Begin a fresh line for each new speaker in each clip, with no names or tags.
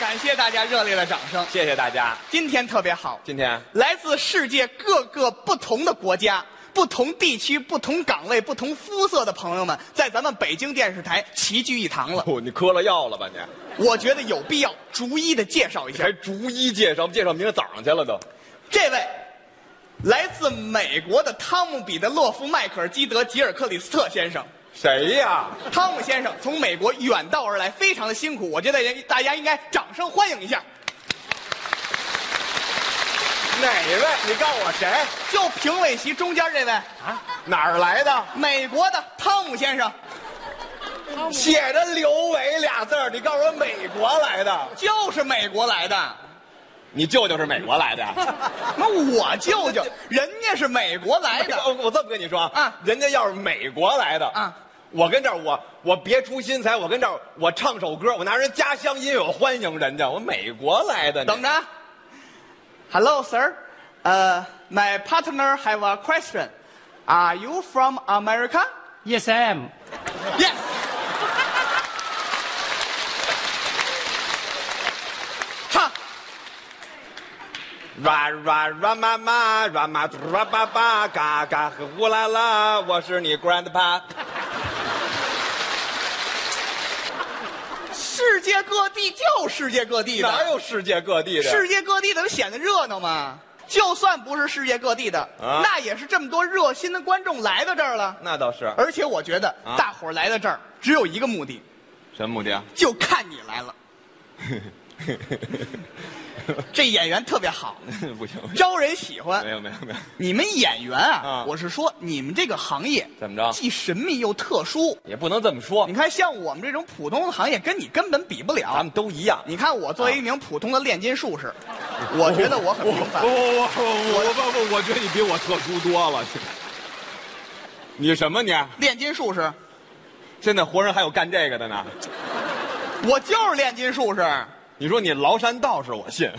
感谢大家热烈的掌声。
谢谢大家。
今天特别好，
今天
来自世界各个不同的国家、不同地区、不同岗位、不同肤色的朋友们，在咱们北京电视台齐聚一堂了。
哦，你嗑了药了吧你？
我觉得有必要逐一的介绍一下
还。逐一介绍，介绍明天早上去了都。
这位来自美国的汤姆·彼得洛夫·迈克尔基德·吉尔克里斯特先生。
谁呀？
汤姆先生从美国远道而来，非常的辛苦，我觉得人大家应该掌声欢迎一下。
哪位？你告诉我谁？
就评委席中间这位，
啊？哪儿来的？
美国的汤姆先生，
写着刘伟俩字儿，你告诉我美国来的？
就是美国来的。
你舅舅是美国来的？
那我舅 舅，人家是美国来的，
我我这么跟你说
啊
人家要是美国来的
啊，
我跟这儿我我别出心裁，我跟这儿我唱首歌，我拿人家乡音乐我欢迎人家，我美国来的。
等着啊。Hello, sir. 呃、m y partner have a question. Are you from America?
Yes, I am.
Yes. Ha.
哇哇哇妈妈，哇妈嘟哇爸爸，嘎嘎和乌拉拉，我是你 grandpa。
世界各地就世界各地的，
哪有世界各地的？
世界各地的不显得热闹吗？就算不是世界各地的，
啊
那也是这么多热心的观众来到这儿了。
那倒是。
而且我觉得
啊
大伙儿来到这儿只有一个目的，
什么目的啊？
就看你来了。这演员特别好，
不行，
招人喜欢
没。有没有没有。
你们演员啊
啊，
我是说你们这个行业
怎么着
既神秘又特殊。
也不能这么说
你，看，像我们这种普通的行业，跟你根本比不了。
咱们都一样。
你看，我作为一名普通的炼金术士，我觉得我很平
啊我
凡。
我我我我我我觉得你比我特殊多了。你什么你？
炼金术士，
现在活人还有干这个的呢？
我就是炼金术士，
你说你崂山道士，我信。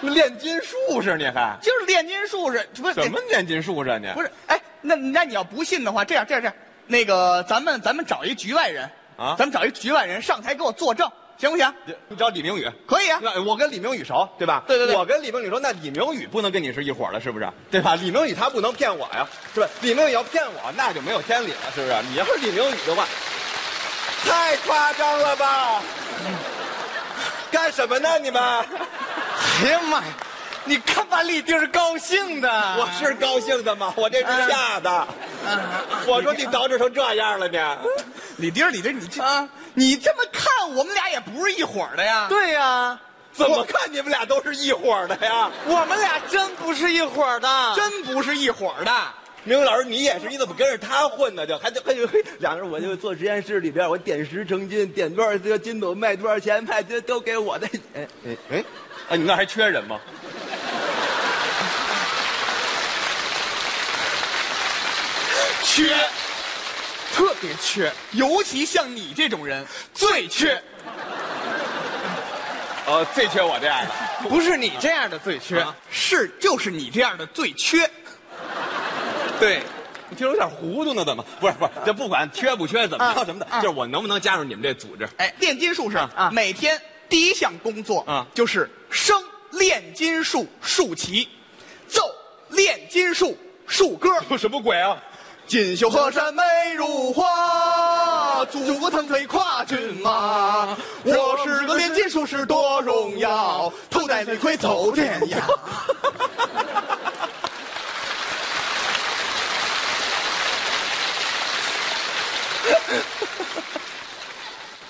炼金术士你还
就是炼金术士，不是
什么炼金术士啊你？
不
是
是？哎，那那你要不信的话，这样这样这样，那个咱们咱们找一局外人
啊
咱们找一局外人上台给我作证，行不行？
你，你找李明宇。
可以啊，
那我跟李明宇熟，对吧？
对对对
我跟李明宇说，那李明宇不能跟你是一伙儿的，是不是？对吧？李明宇他不能骗我呀，是吧？李明宇要骗我，那就没有天理了，是不是？你要是李明宇的话，太夸张了吧？干什么呢你们？
哎呀妈呀，你看把李丁儿高兴的。
我是高兴的吗？我这是吓的。
嗯
我说你捯饬成这样了你。
李丁儿李丁儿，你这、
啊
你这么看，我们俩也不是一伙儿的呀。
对呀、
怎么看你们俩都是一伙儿的呀？
我们俩真不是一伙儿的。
真不是一伙儿的。
明老师，你也是，你怎么跟着他混呢？就还得还得两个人，我就坐实验室里边，我点石成金，点多少斤斤斗卖多少钱，卖这都给我的。哎哎哎，啊，你那还缺人吗？
缺，特别缺，尤其像你这种人最缺。
呃，最缺我这样的。
不是你这样的最缺。
啊是，就是你这样的最缺。
对，我听着有点糊涂呢，怎么？不是不是，这不管缺不缺，怎么着什么的，就是我能不能加入你们这组织？
哎，炼金术士
啊
每天第一项工作
啊
就是升炼金术竖旗，奏炼金术竖歌。
什么鬼啊？
锦绣河山美如画，祖国腾飞跨骏马。我是个炼金术士，多荣耀，头戴绿盔走天涯。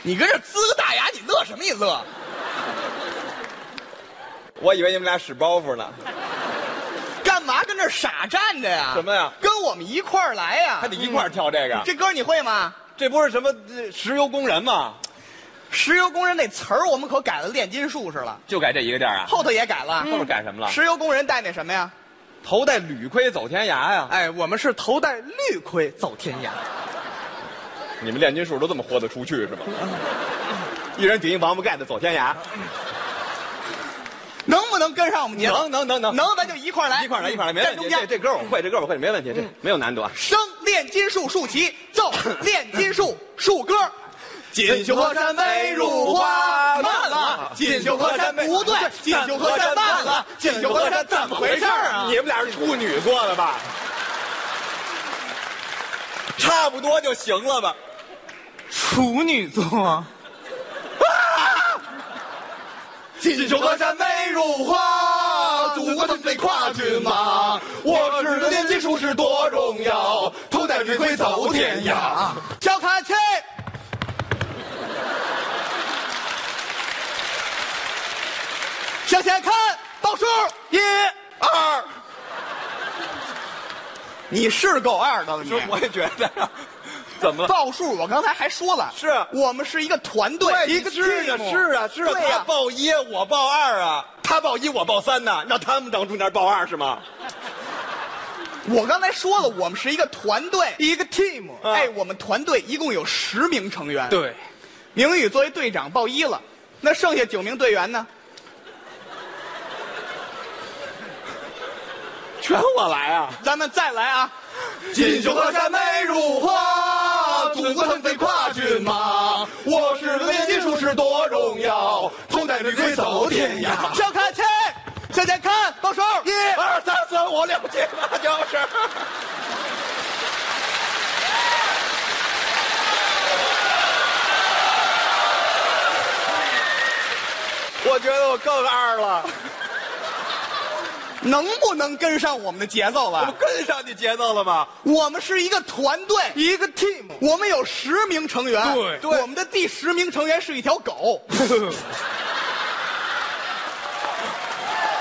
你跟这呲个大牙，你乐什么？你乐？
我以为你们俩使包袱呢，
干嘛跟这傻站着呀？
什么呀
跟我们一块儿来呀！
还得一块儿跳这个。
这歌你会吗？
这不是什么呃石油工人吗？
石油工人那词儿我们可改了炼金术士了，
就改这一个调啊？
后头也改了。
后面改什么了？
石油工人戴那什么呀？
头戴铝盔走天涯呀！
哎，我们是头戴绿盔走天涯。
你们炼金术都这么豁得出去是吗？一人顶一王八盖子走天涯，
能不能跟上我们节奏？
能能能能
能，咱就一块儿来，
一块儿来一块儿来，没
站
问题。
中
这
间，
这歌我会，这歌我会，没问题，这没有难度啊。
升炼金术竖旗，奏 炼金术竖歌。锦绣河山美如画，慢了，
锦绣河山
不对锦
锦绣
绣
河
河
山
山
办
办
了
了，
锦绣河山怎么回事儿啊？你们俩是处女座的吧？差不多就行了吧？
处女座，
锦绣河山美如画，祖国腾飞跨骏马。我是个炼金术士多荣耀，头戴绿盔走天涯。小卡切，向前看，倒数一二。你是够二的了，你
是，我也觉得，怎 么了？
报数，我刚才还说了，
是
我们是一个团队，
一个是啊
team
是啊是啊，
对
他
呀
报一我报二啊，他报一我报三呢，让他们当中间报二是吗？
我刚才说了，我们是一个团队，
一个 team，
嗯
哎，我们团队一共有十名成员，，
对，
明宇作为队长报一了，那剩下九名队员呢？
全我来啊！
咱们再来啊！
锦绣河山美
如画，祖国腾飞跨骏马。我是个炼金术士多荣耀，头戴绿盔走天涯。向看齐，向前看，报数一
二三四五六七八九十。我觉得我更二了，
能不能跟上我们的节奏
我
了？
跟上你节奏了吗？
我们是一个团队，
一个 team，
我们有十名成员，
对
对
我们的第十名成员是一条狗。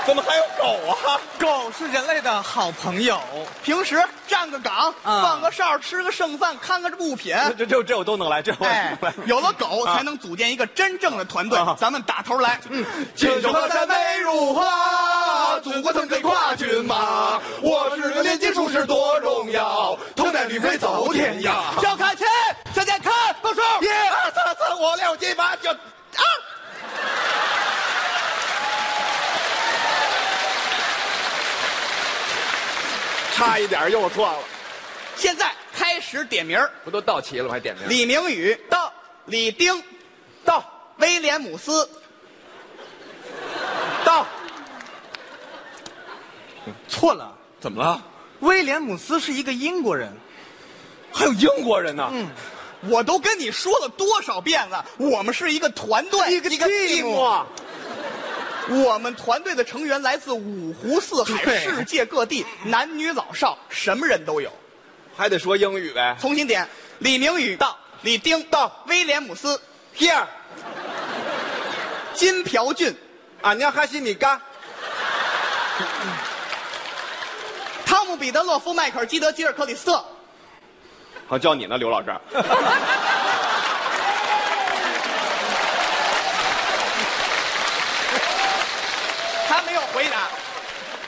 怎么还有狗啊？
狗是人类的好朋友，
平时站个岗，
啊
放个哨，吃个剩饭，看看这物品。
这这这我都能来，这我也
哎
能来。，
有了狗才能组建一个真正的团队
啊。
咱们打头来，嗯，
锦绣河山
美如画，啊祖国腾飞跨骏马。我是个炼金术士多荣耀，头戴绿盔走天涯。向看齐，向前看，报数一
二三四五六七八九，
啊
差一点又错了。
现在开始点名儿
不都到齐了吗？还点名？
李明宇到，李丁到，威廉姆斯
到，
错了，
怎么了？
威廉姆斯是一个英国人，
还有英国人呢？
嗯我都跟你说了多少遍了，我们是一个团队，
一个 team
哇，
我们团队的成员来自五湖四海、
对
世界各地，男女老少，什么人都有。
还得说英语呗。
重新点，李明宇到，李丁到，威廉姆斯，
Here，
金朴俊，
俺娘哈西米嘎，
汤姆彼得洛夫迈克尔基德吉尔克里斯特，
好叫你呢，刘老师。
他没有回答，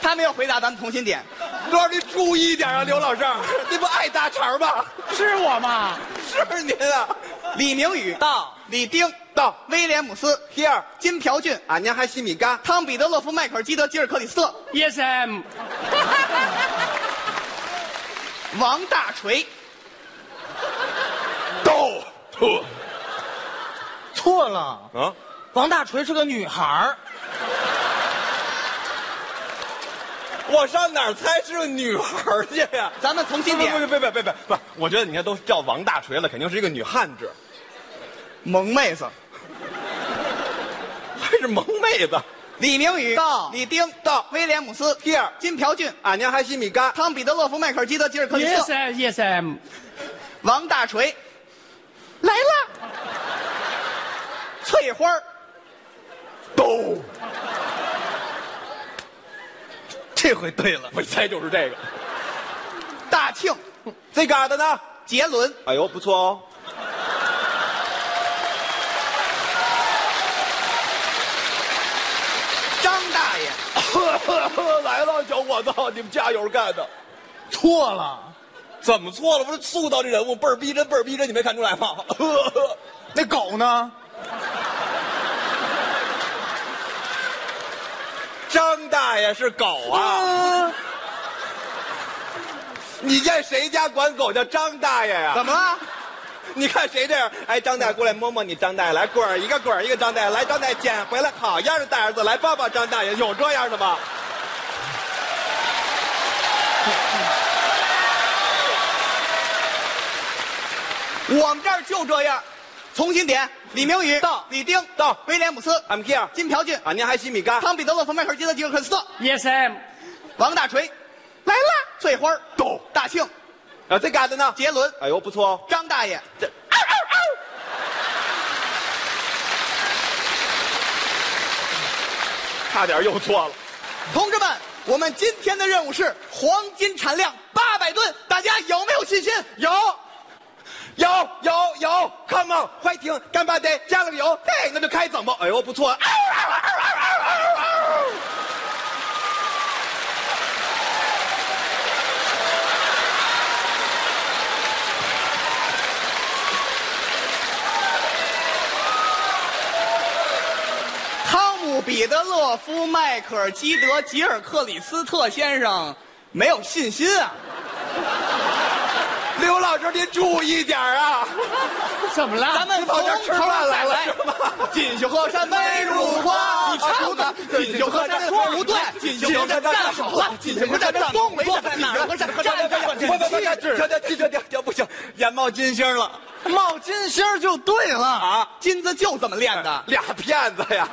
他没有回答，咱们重新点。
多少你注意点啊，刘老师，你不爱搭茬吗？
是我吗？
是您啊。
李明宇
到，
李丁
到，
威廉姆斯，
Here，
金朴俊，
俺娘哈西米嘎。
汤姆彼得洛夫迈克尔基德吉尔克里斯特，
Yes, I'm.
王大锤，
到。
错了，
啊，
王大锤是个女孩儿，
我上哪儿猜是个女孩儿去呀？
咱们重
不
新点。
不不不不不不，我觉得你看都叫王大锤了，肯定是一个女汉子，
萌妹子，
还是萌妹子。
李明宇
到
李丁到，威廉姆斯
Here
金朴俊，
俺娘哈西米嘎。
汤彼得洛夫迈克尔基德吉尔克里
Yes,
斯，
I, yes, I'm.
王大锤，来了，翠花儿
都，
这回对了，
我一猜就是这个。
大庆，
这嘎达呢？
杰伦，
哎呦，不错哦。
张大爷，
来了，小伙子，你们加油干的。
错了，
怎么错了？不是塑造这人物倍儿逼真，倍儿逼真，你没看出来吗？
那狗呢？
张大爷是狗啊！
啊，
你见谁家管狗叫张大爷呀、
怎么了？
你看谁这样？哎，张大过来摸摸你，张大来棍儿一个棍儿一个张大来，张大捡回来，好样的，大儿子来抱抱张大爷，有这样的吗？
我们这儿就这样，重新点：李明宇
到
李丁
到
威廉姆斯、
，I'm here
金朴俊、
啊，您还洗米缸？
汤彼得勒冯迈克尔基德吉尔克斯特、
Yes, I'm.
王大锤来啦，翠花到大庆、
啊，这嘎子呢？
杰伦、
哎呦，不错哦。
张大爷，
这
嗷嗷嗷
差点又错了。
同志们，我们今天的任务是黄金产量八百吨，大家有没有信心？
有，有，有，有，Come on，快停，干巴爹，加了个油，嘿，那就开整吧。哎呦，不错。啊
汤姆·彼得勒夫·迈克尔基德·吉尔克里斯特先生没有信心啊！
刘老师，您注意点儿啊！
怎么
咱
了？
们从头再来。锦绣河山美如画，
你唱的
锦绣河山不对，锦绣河山站好了，锦绣河山东北在哪儿？
站站站！停停停停停！不行，眼冒金星了
冒金星儿就对了。
啊！
金子就这么练的。
俩骗子呀！